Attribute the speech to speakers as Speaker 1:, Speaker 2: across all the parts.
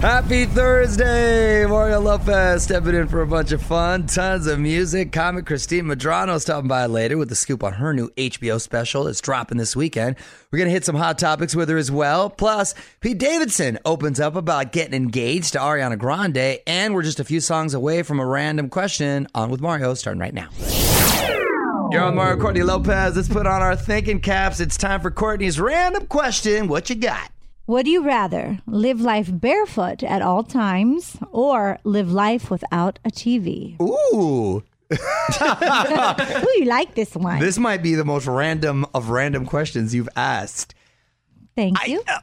Speaker 1: Happy Thursday! Mario Lopez stepping in for a bunch of fun, tons of music. Comic Christine Madrano stopping by later with the scoop on her new HBO special that's dropping this weekend. We're going to hit some hot topics with her as well. Plus, Pete Davidson opens up about getting engaged to Ariana Grande, and we're just a few songs away from a random question on with Mario starting right now. You're on Mario Courtney Lopez. Let's put on our thinking caps. It's time for Courtney's random question. What you got?
Speaker 2: Would you rather live life barefoot at all times or live life without a TV?
Speaker 1: Ooh.
Speaker 2: Ooh, you like this one.
Speaker 1: This might be the most random of random questions you've asked.
Speaker 2: Thank
Speaker 1: I,
Speaker 2: you.
Speaker 1: uh,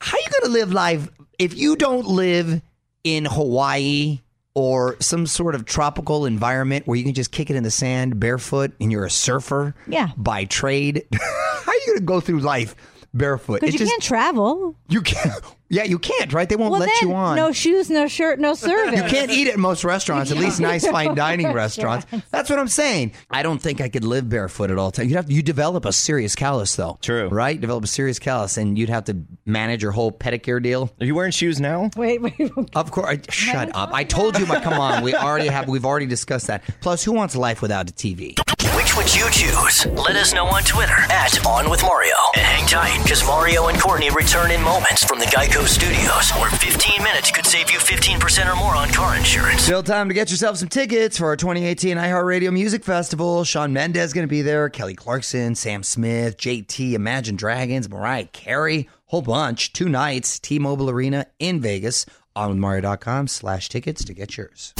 Speaker 1: how you gonna live life if you don't live in Hawaii or some sort of tropical environment where you can just kick it in the sand barefoot and you're a surfer?
Speaker 2: Yeah.
Speaker 1: By trade, how you gonna go through life barefoot?
Speaker 2: Because you
Speaker 1: just
Speaker 2: can't travel.
Speaker 1: you can't. Yeah, you can't. Right? They won't
Speaker 2: Well,
Speaker 1: let
Speaker 2: then,
Speaker 1: you on.
Speaker 2: no shoes, no shirt, no service.
Speaker 1: You can't eat at most restaurants, at least nice fine dining restaurants. That's what I'm saying. I don't think I could live barefoot at all times. You'd have you develop a serious callus though.
Speaker 3: True.
Speaker 1: Right? Develop a serious callus and you'd have to manage your whole pedicure deal.
Speaker 3: Are you wearing shoes now?
Speaker 2: Wait, wait.
Speaker 1: Of course I- shut up. I told you my come on. We already have we've already discussed that. Plus, who wants life without a TV?
Speaker 4: Which would you choose? Let us know on Twitter at On With Mario. And hang tight, because Mario and Courtney return in moments from the Geico Studios, where 15 minutes could save you 15% or more on car insurance.
Speaker 1: Still time to get yourself some tickets for our 2018 iHeartRadio Music Festival. Sean Mendez going to be there, Kelly Clarkson, Sam Smith, JT, Imagine Dragons, Mariah Carey, whole bunch. Two nights, T-Mobile Arena in Vegas. On with Mario.com slash tickets to get yours.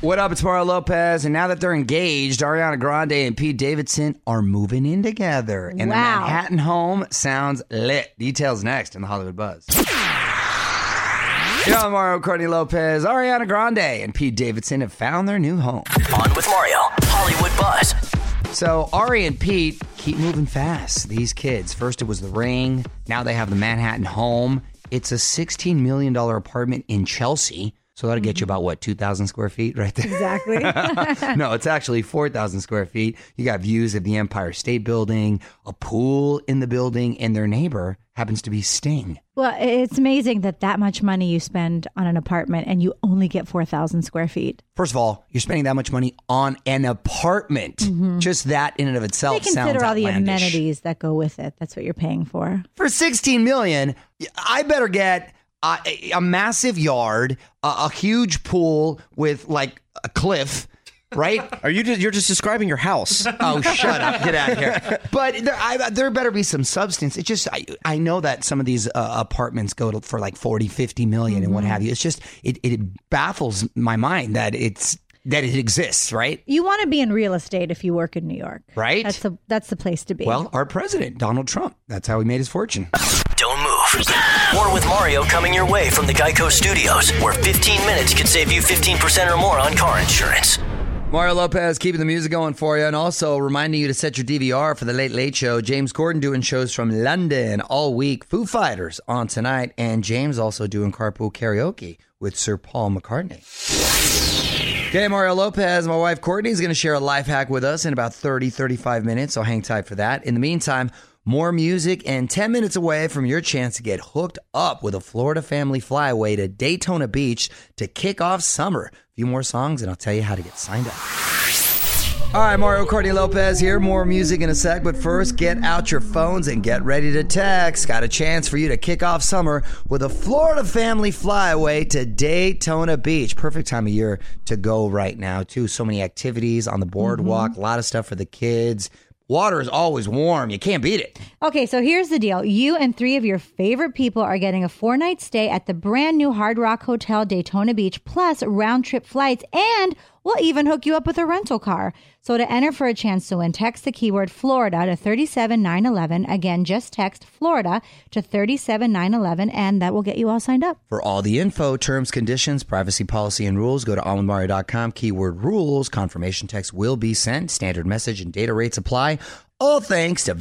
Speaker 1: What up, it's Mario Lopez. And now that they're engaged, Ariana Grande and Pete Davidson are moving in together. And the
Speaker 2: Wow.
Speaker 1: Manhattan home sounds lit. Details next in the Hollywood Buzz. Yo, I'm Mario Courtney Lopez, Ariana Grande, and Pete Davidson have found their new home.
Speaker 4: On With Mario, Hollywood Buzz.
Speaker 1: So Ari and Pete keep moving fast. These kids. First it was the ring. Now they have the Manhattan home. It's a $16 million apartment in Chelsea. So that'll get you about what, 2,000 square feet right there?
Speaker 2: Exactly.
Speaker 1: no, it's actually 4,000 square feet. You got views of the Empire State Building, a pool in the building, and their neighbor happens to be Sting.
Speaker 2: well, it's amazing that that much money you spend on an apartment and you only get 4,000 square feet.
Speaker 1: First of all, you're spending that much money on an apartment. Just that in and of itself
Speaker 2: Mm-hmm. They
Speaker 1: Oh, sounds
Speaker 2: consider all the
Speaker 1: outlandish.
Speaker 2: amenities that go with it. That's what you're paying for.
Speaker 1: for 16 million i better get a, a massive yard a, a huge pool with like a cliff right
Speaker 3: Are you just you're just describing your house?
Speaker 1: oh shut up get out of here but there, I, there better be some substance it's just i, I know that some of these uh, apartments go to, for like 40 50 million and what have you it's just it, it baffles my mind that it's that it exists right
Speaker 2: You want to be in real estate if you work in New York.
Speaker 1: Right.
Speaker 2: That's the, that's the place to be.
Speaker 1: well our president donald trump that's how he made his fortune
Speaker 4: Don't move. More with Mario coming your way from the Geico Studios, where 15 minutes could save you 15% or more on car insurance.
Speaker 1: Mario Lopez keeping the music going for you and also reminding you to set your DVR for the Late Late Show. James Corden doing shows from London all week. Foo Fighters on tonight. And James also doing carpool karaoke with Sir Paul McCartney. Okay, Mario Lopez, my wife Courtney is going to share a life hack with us in about 30, 35 minutes. So hang tight for that. In the meantime, more music and 10 minutes away from your chance to get hooked up with a Florida family flyaway to Daytona Beach to kick off summer. A few more songs, and I'll tell you how to get signed up. All right, Mario Courtney Lopez here. More music in a sec, but first, get out your phones and get ready to text. Got a chance for you to kick off summer with a Florida family flyaway to Daytona Beach. Perfect time of year to go right now, too. So many activities on the boardwalk, a lot of stuff for the kids. Water is always warm. You can't beat it.
Speaker 2: Okay, so here's the deal. You and three of your favorite people are getting a four night stay at the brand new Hard Rock Hotel Daytona Beach, plus round trip flights, and we'll even hook you up with a rental car. So to enter for a chance to win, text the keyword Florida to 37911. Again, just text Florida to 37911, and that will get you all signed up.
Speaker 1: For all the info, terms, conditions, privacy policy, and rules, go to almondmario.com. Keyword rules. Confirmation text will be sent. Standard message and data rates apply. All thanks to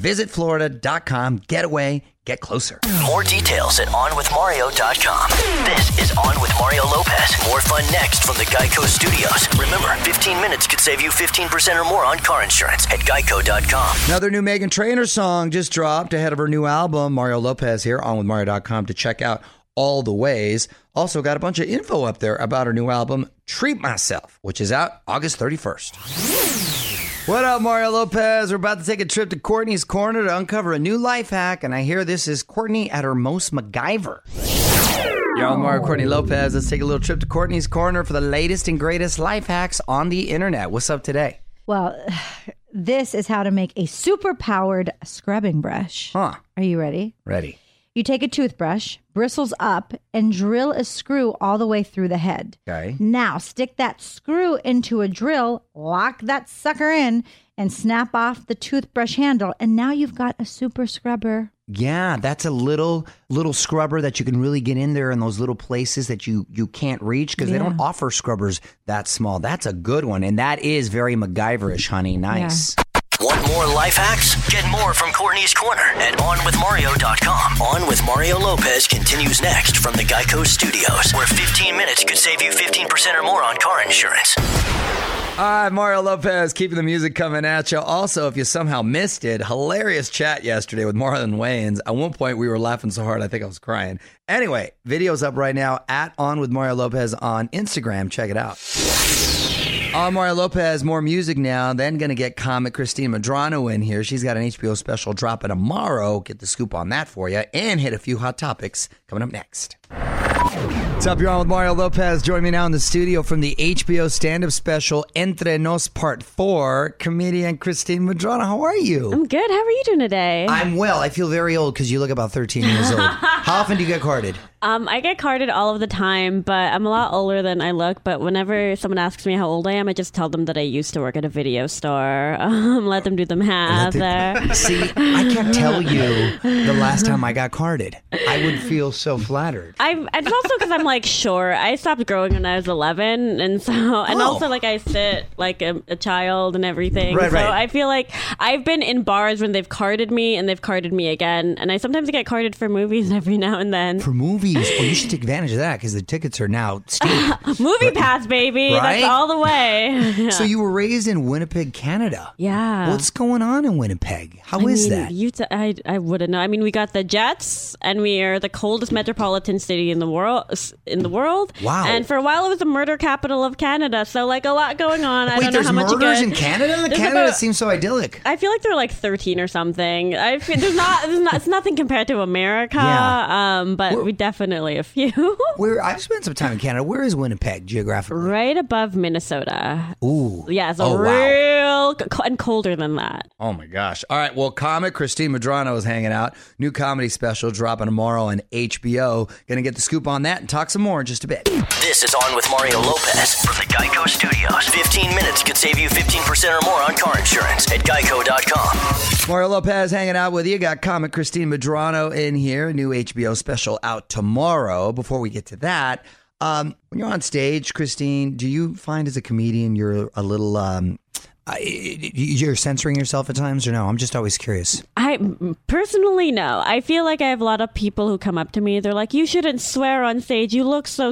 Speaker 1: visitflorida.com. Get away, get closer.
Speaker 4: More details at OnWithMario.com. This is On With Mario Lopez. More fun next from the Geico Studios. Remember, 15 minutes could save you 15% or more on car insurance at Geico.com.
Speaker 1: Another new Megan Trainor song just dropped ahead of her new album. Mario Lopez here on with Mario.com to check out all the ways. Also, got a bunch of info up there about her new album, Treat Myself, which is out August 31st. What up, Mario Lopez? We're about to take a trip to Courtney's Corner to uncover a new life hack, and I hear this is Courtney at her most MacGyver. Yo, I'm Mario Courtney Lopez. Let's take a little trip to Courtney's Corner for the latest and greatest life hacks on the internet. What's up today?
Speaker 2: Well, this is how to make a super powered scrubbing brush.
Speaker 1: Huh?
Speaker 2: Are you ready?
Speaker 1: Ready?
Speaker 2: You take a toothbrush, bristles up, and drill a screw all the way through the head.
Speaker 1: Okay.
Speaker 2: Now, stick that screw into a drill, lock that sucker in, and snap off the toothbrush handle. And now you've got a super scrubber.
Speaker 1: Yeah, that's a little little scrubber that you can really get in there in those little places that you you can't reach because they don't offer scrubbers that small. That's a good one, and that is very MacGyverish, honey. Nice.
Speaker 4: Want more life hacks? Get more from Courtney's Corner at OnWithMario.com. On with Mario Lopez continues next from the Geico Studios, where 15 minutes could save you 15% or more on car insurance.
Speaker 1: All right, Mario Lopez, keeping the music coming at you. Also, if you somehow missed it, hilarious chat yesterday with Marlon Wayans. At one point, we were laughing so hard, I think I was crying. Anyway, video's up right now at On with Mario Lopez on Instagram. Check it out. On Mario Lopez, more music now. Then gonna get comic Christine Madrano in here. She's got an HBO special dropping tomorrow. Get the scoop on that for you, and hit a few hot topics coming up next. What's up? You're on with Mario Lopez. Join me now in the studio from the HBO stand-up special Entre Nos Part Four. Comedian Christine Madrano, how are you?
Speaker 5: I'm good. How are you doing today?
Speaker 1: I'm well. I feel very old because you look about 13 years old. How often do you get carded?
Speaker 5: Um, I get carded all of the time, but I'm a lot older than I look. But whenever someone asks me how old I am, I just tell them that I used to work at a video store. Um, let them do the math there.
Speaker 1: See, I can't tell you the last time I got carded. I would feel so flattered.
Speaker 5: I, it's also because I'm like, sure. I stopped growing when I was 11, and so, and
Speaker 1: Oh.
Speaker 5: also like I sit like a, a child and everything.
Speaker 1: Right,
Speaker 5: so
Speaker 1: right.
Speaker 5: I feel like I've been in bars when they've carded me and they've carded me again, and I sometimes get carded for movies every now and then.
Speaker 1: for movies. Well, you should take advantage of that because the tickets are now steep.
Speaker 5: Movie pass, baby.
Speaker 1: Right?
Speaker 5: That's all the way.
Speaker 1: So you were raised in Winnipeg, Canada.
Speaker 5: yeah.
Speaker 1: What's going on in Winnipeg? How is
Speaker 5: I mean,
Speaker 1: that?
Speaker 5: You t- I, I wouldn't know. I mean, we got the Jets, and we are the coldest metropolitan city in the world. In the world,
Speaker 1: Wow.
Speaker 5: And for a while, it was the murder capital of Canada. So, like, a lot going on. I
Speaker 1: Wait,
Speaker 5: don't know
Speaker 1: there's
Speaker 5: how much you
Speaker 1: murders
Speaker 5: get.
Speaker 1: in Canada?
Speaker 5: There's
Speaker 1: Canada
Speaker 5: about-
Speaker 1: seems so idyllic.
Speaker 5: I feel like there are like thirteen or something. I feel, there's not, there's not, it's nothing compared to America.
Speaker 1: Yeah.
Speaker 5: Um, but we definitely a few.
Speaker 1: Where I've spent some time in Canada. Where is Winnipeg geographically?
Speaker 5: right above Minnesota.
Speaker 1: Ooh.
Speaker 5: Yeah, it's a
Speaker 1: Oh, wow.
Speaker 5: real c- and colder than that.
Speaker 1: Oh my gosh. All right. Well, comic Christine Madrano is hanging out. New comedy special dropping tomorrow on HBO. Gonna get the scoop on that and talk some more in just a bit.
Speaker 4: This is On with Mario Lopez from the Geico Studios. 15 minutes could save you 15% or more on car insurance at geico.com.
Speaker 1: Mario Lopez hanging out with you. Got comic Christine Madrano in here. New HBO special out tomorrow. Before we get to that, um, when you're on stage, Christine, do you find as a comedian you're a little um, I- you're censoring yourself at times, or no? I'm just always curious.
Speaker 5: I personally no. I feel like I have a lot of people who come up to me. They're like, "You shouldn't swear on stage. You look so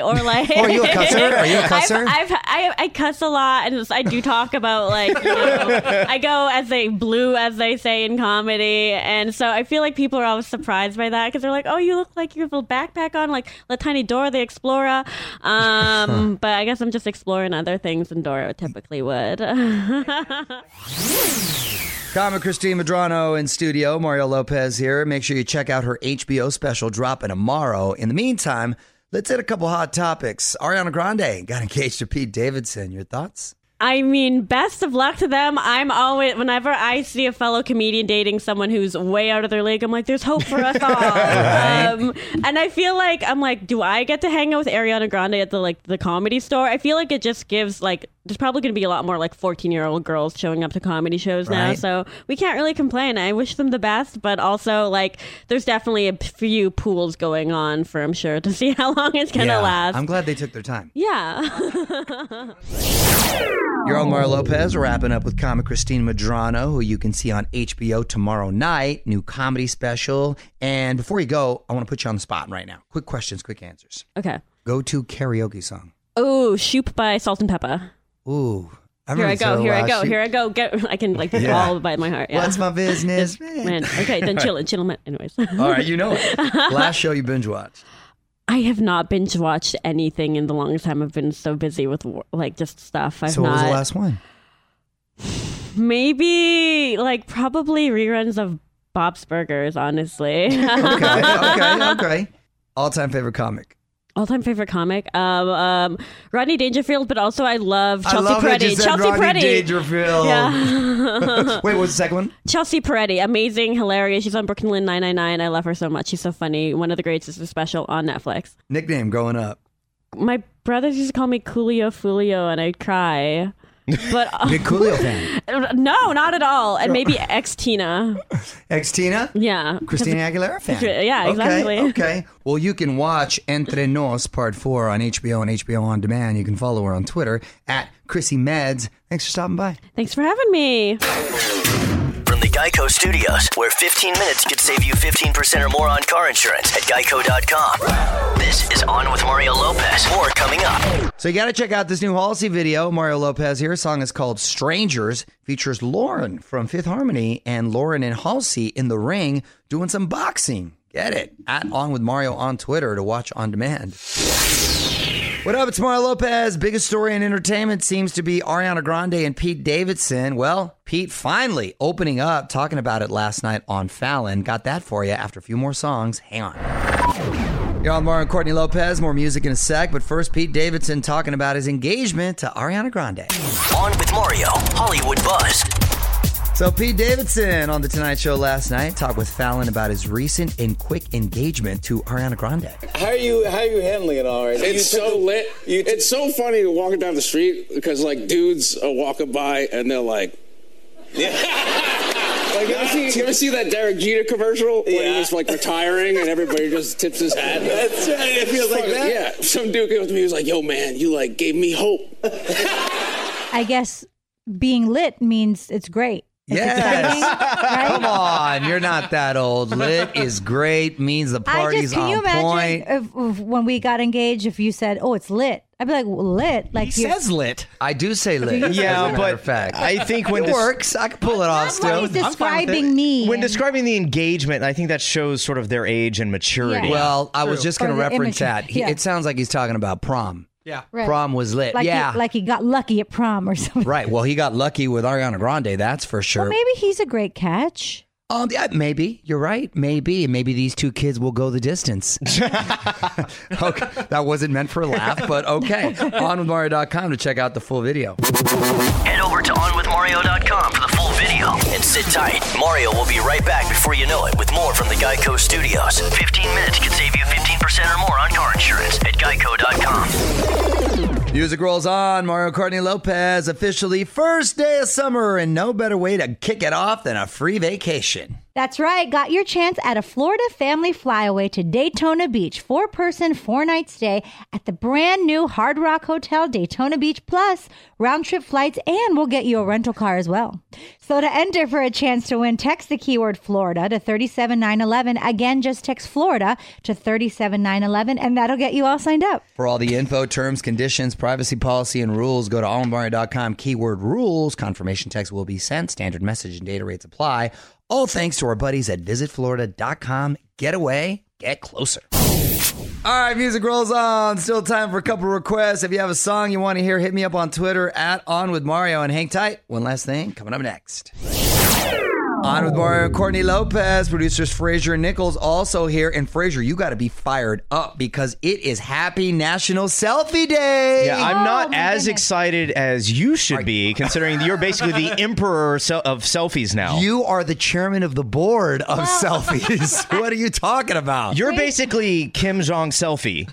Speaker 5: Or like,
Speaker 1: Oh, Are you a cusser? Are you a cusser?
Speaker 5: I've, I've I, I cuss a lot, and I do talk about like you know, I go as they blue as they say in comedy, and so I feel like people are always surprised by that because they're like, "Oh, you look like you have a backpack on, like La Tiny Dora the Explorer." Um, but I guess I'm just exploring other things than Dora typically would.
Speaker 1: Comic Christine Madrano in studio. Mario Lopez here. Make sure you check out her HBO special dropping tomorrow. In the meantime, let's hit a couple hot topics. Ariana Grande got engaged to Pete Davidson. Your thoughts?
Speaker 5: I mean, best of luck to them. I'm always, whenever I see a fellow comedian dating someone who's way out of their league, I'm like, there's hope for us all. um, and I feel like I'm like, do I get to hang out with Ariana Grande at the like the comedy store? I feel like it just gives like there's probably going to be a lot more like 14 year old girls showing up to comedy shows now,
Speaker 1: Right.
Speaker 5: so we can't really complain. I wish them the best, but also like there's definitely a few pools going on for I'm sure to see how long it's gonna last.
Speaker 1: I'm glad they took their time.
Speaker 5: yeah.
Speaker 1: You're on
Speaker 5: Oh.
Speaker 1: Mario Lopez. We're wrapping up with comic Christine Madrano, who you can see on HBO tomorrow night, new comedy special. And before you go, I want to put you on the spot right now. Quick questions, quick answers.
Speaker 5: okay.
Speaker 1: Go to karaoke song.
Speaker 5: Oh, Shoop by Salt and Pepper.
Speaker 1: Ooh, I
Speaker 5: Here I
Speaker 1: remember-
Speaker 5: go.
Speaker 1: so,
Speaker 5: here
Speaker 1: uh,
Speaker 5: I go.
Speaker 1: she-
Speaker 5: Here I go. Get. I can like
Speaker 1: Yeah.
Speaker 5: all by my heart. Yeah.
Speaker 1: What's my business?
Speaker 5: Man. Okay. Then chill it. Chill it. Anyways.
Speaker 1: All right, you know it. Last show you binge watched.
Speaker 5: I have not binge watched anything in the longest time. I've been so busy with wor- like just stuff. I've
Speaker 1: So what
Speaker 5: not.
Speaker 1: was the last one?
Speaker 5: Maybe like probably reruns of Bob's Burgers. Honestly,
Speaker 1: Okay, okay, okay. All time favorite comic.
Speaker 5: all-time favorite comic. Um, um, Rodney Dangerfield, but also I love Chelsea
Speaker 1: I love
Speaker 5: Peretti.
Speaker 1: that you said
Speaker 5: Chelsea
Speaker 1: Rodney
Speaker 5: Peretti.
Speaker 1: Dangerfield.
Speaker 5: Yeah.
Speaker 1: Wait, what's the second one?
Speaker 5: Chelsea Peretti, amazing, hilarious. She's on Brooklyn Nine Nine Nine. I love her so much. She's so funny. One of the greats is a special on Netflix.
Speaker 1: Nickname growing up.
Speaker 5: My brothers used to call me Coolio Fulio, and I'd cry. But
Speaker 1: Big Coolio fan.
Speaker 5: no, not at all. And maybe ex Tina.
Speaker 1: Ex Tina?
Speaker 5: Yeah.
Speaker 1: Christina Aguilera fan.
Speaker 5: Yeah,
Speaker 1: Okay,
Speaker 5: exactly.
Speaker 1: Okay. Well, you can watch Entre Nos Part 4 on HBO and HBO On Demand. You can follow her on Twitter at Chrissy Meds. Thanks for stopping by.
Speaker 5: Thanks for having me.
Speaker 4: From the Geico Studios, where 15 minutes could save you 15% or more on car insurance at geico.com. This is On with Mario Lopez. More coming up.
Speaker 1: So you got to check out this new Halsey video. Mario Lopez here. song is called Strangers. Features Lauren from Fifth Harmony and Lauren and Halsey in the ring doing some boxing. Get it at On With Mario on Twitter to watch on demand. What up? It's Mario Lopez. Biggest story in entertainment seems to be Ariana Grande and Pete Davidson. Well, Pete finally opening up, talking about it last night on Fallon. Got that for you after a few more songs. Hang on. You're on Mario and Courtney Lopez. More music in a sec, but first, Pete Davidson talking about his engagement to Ariana Grande.
Speaker 4: On with Mario, Hollywood Buzz.
Speaker 1: So, Pete Davidson on The Tonight Show last night talked with Fallon about his recent and quick engagement to Ariana Grande.
Speaker 6: How are you? How are you handling it all right?
Speaker 7: It's
Speaker 6: You took
Speaker 7: so
Speaker 6: the-
Speaker 7: lit.
Speaker 6: You took-
Speaker 7: it's so funny walking down the street because like dudes are walking by and they're like, yeah. like you ever, see, you ever see that Derek Jeter commercial where
Speaker 6: Yeah.
Speaker 7: he's just like retiring and everybody just tips his hat?
Speaker 6: That's right, it feels like
Speaker 7: Fucking-
Speaker 6: that.
Speaker 7: Yeah. Some dude came up to me. He was like, "Yo, man, you like gave me hope."
Speaker 2: I guess being lit means it's great. It's exciting, right?
Speaker 1: Come on, you're not that old. Lit is great, means the
Speaker 2: I
Speaker 1: party's
Speaker 2: just can
Speaker 1: on
Speaker 2: you imagine
Speaker 1: point.
Speaker 2: if, if when we got engaged, if you said, "Oh, it's lit," I'd be like, well, "Lit," like
Speaker 3: He
Speaker 2: you-
Speaker 3: says lit.
Speaker 1: I do say lit. as a
Speaker 3: Yeah,
Speaker 1: matter
Speaker 3: but
Speaker 1: of fact.
Speaker 3: I think when
Speaker 1: it
Speaker 3: des-
Speaker 1: works, I can pull it off
Speaker 2: That's why
Speaker 1: still.
Speaker 2: he's
Speaker 3: I'm fine with it.
Speaker 2: describing me.
Speaker 3: when
Speaker 2: and-
Speaker 3: describing the engagement, I think that shows sort of their age and maturity.
Speaker 2: Yeah.
Speaker 1: Well, I was just going
Speaker 2: Or
Speaker 1: to
Speaker 2: the
Speaker 1: reference
Speaker 2: image.
Speaker 1: that. He-
Speaker 2: Yeah.
Speaker 1: It sounds like he's talking about prom.
Speaker 3: yeah.
Speaker 2: Right.
Speaker 1: Prom was lit.
Speaker 2: like
Speaker 1: yeah.
Speaker 2: he, like he got lucky at prom or something.
Speaker 1: Right. Well, he got lucky with Ariana Grande. That's for sure.
Speaker 2: Well, maybe he's a great catch.
Speaker 1: Um, yeah, maybe you're right. Maybe maybe these two kids will go the distance. okay, that wasn't meant for a laugh, but okay. On with Mario.com to check out the full video.
Speaker 4: Head over to onwithmario.com for the full video and sit tight. Mario will be right back before you know it with more from the Geico Studios. 15 minutes could save you 15% or more on car insurance at geico.com.
Speaker 1: Music rolls on. Mario Courtney Lopez officially first day of summer, and no better way to kick it off than a free vacation.
Speaker 2: That's right. Got your chance at a Florida family flyaway to Daytona Beach, four person, four night stay at the brand new Hard Rock Hotel Daytona Beach Plus, round trip flights, and we'll get you a rental car as well. So to enter for a chance to win, text the keyword Florida to 37911. Again, just text Florida to 37911, and that'll get you all signed up.
Speaker 1: For all the info, terms, conditions, privacy policy, and rules, go to allmario.com, keyword rules. Confirmation text will be sent. Standard message and data rates apply. All thanks to our buddies at visitflorida.com. Get away, get closer. All right, music rolls on. Still time for a couple requests. If you have a song you want to hear, hit me up on Twitter at On With Mario and hang tight. One last thing coming up next. On with Mario and Courtney Lopez, producers Frazier and Nichols also here. And Frazier, you got to be fired up because it is Happy National Selfie Day.
Speaker 3: Yeah,
Speaker 2: Oh,
Speaker 3: I'm not
Speaker 2: my
Speaker 3: as
Speaker 2: goodness.
Speaker 3: excited as you should be, considering that you're basically the emperor se- of selfies now.
Speaker 1: you are the chairman of the board of selfies. what are you talking about?
Speaker 3: You're basically Kim Jong selfie.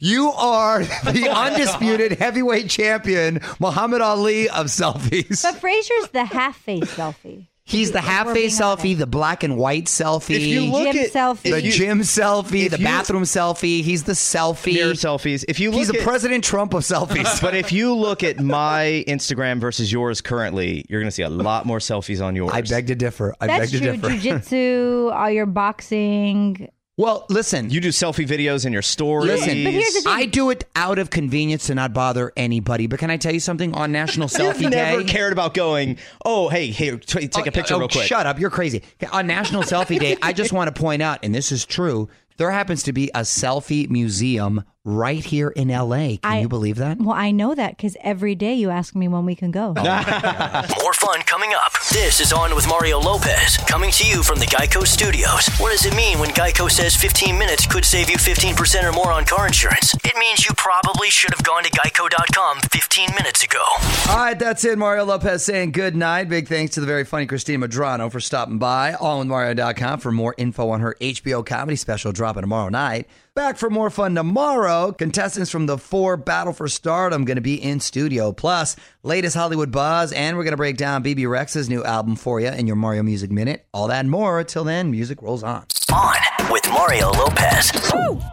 Speaker 1: You are the undisputed heavyweight champion, Muhammad Ali of selfies.
Speaker 2: But Frazier's the half face selfie.
Speaker 1: He's the half face
Speaker 2: We're being
Speaker 1: selfie, the black and white selfie,
Speaker 3: If you look
Speaker 2: Jim
Speaker 3: at
Speaker 2: selfie.
Speaker 1: the
Speaker 3: if you-
Speaker 1: gym selfie,
Speaker 3: if
Speaker 1: the
Speaker 3: you-
Speaker 1: bathroom selfie. He's the selfie.
Speaker 3: mirror selfies, if you look
Speaker 1: He's the
Speaker 3: at,
Speaker 1: President Trump of selfies.
Speaker 3: But if you look at my Instagram versus yours currently, you're going to see a lot more selfies on yours.
Speaker 1: I beg to differ. I beg
Speaker 2: That's
Speaker 1: to
Speaker 2: true.
Speaker 1: differ.
Speaker 2: Jiu-jitsu, all your boxing.
Speaker 1: Well, listen.
Speaker 3: You do selfie videos in your stories.
Speaker 1: Listen,
Speaker 2: But here's the thing.
Speaker 1: I do it out of convenience to not bother anybody. But can I tell you something? On National
Speaker 3: You've
Speaker 1: Selfie
Speaker 3: never
Speaker 1: Day,
Speaker 3: cared about going. Oh, hey, here, t- take a
Speaker 1: Oh,
Speaker 3: picture
Speaker 1: oh,
Speaker 3: real quick.
Speaker 1: Shut up, you're crazy. On National Selfie Day, I just want to point out, and this is true, there happens to be a selfie museum right here in LA. Can you believe that?
Speaker 2: Well, I know that because every day you ask me when we can go.
Speaker 4: More fun coming up. This is On with Mario Lopez, coming to you from the Geico Studios. What does it mean when Geico says 15 minutes could save you 15% or more on car insurance? It means you probably should have gone to geico.com 15 minutes ago.
Speaker 1: All right, that's it. Mario Lopez saying good night. Big thanks to the very funny Christina Madrano for stopping by. OnWithMario.com for more info on her HBO comedy special dropping tomorrow night. Back for more fun tomorrow. Contestants from the four Battle for Stardom going to be in studio. Plus, latest Hollywood buzz, and we're going to break down BB Rex's new album for you in your Mario Music Minute. All that and more. Till then, music rolls on.
Speaker 4: On with Mario Lopez.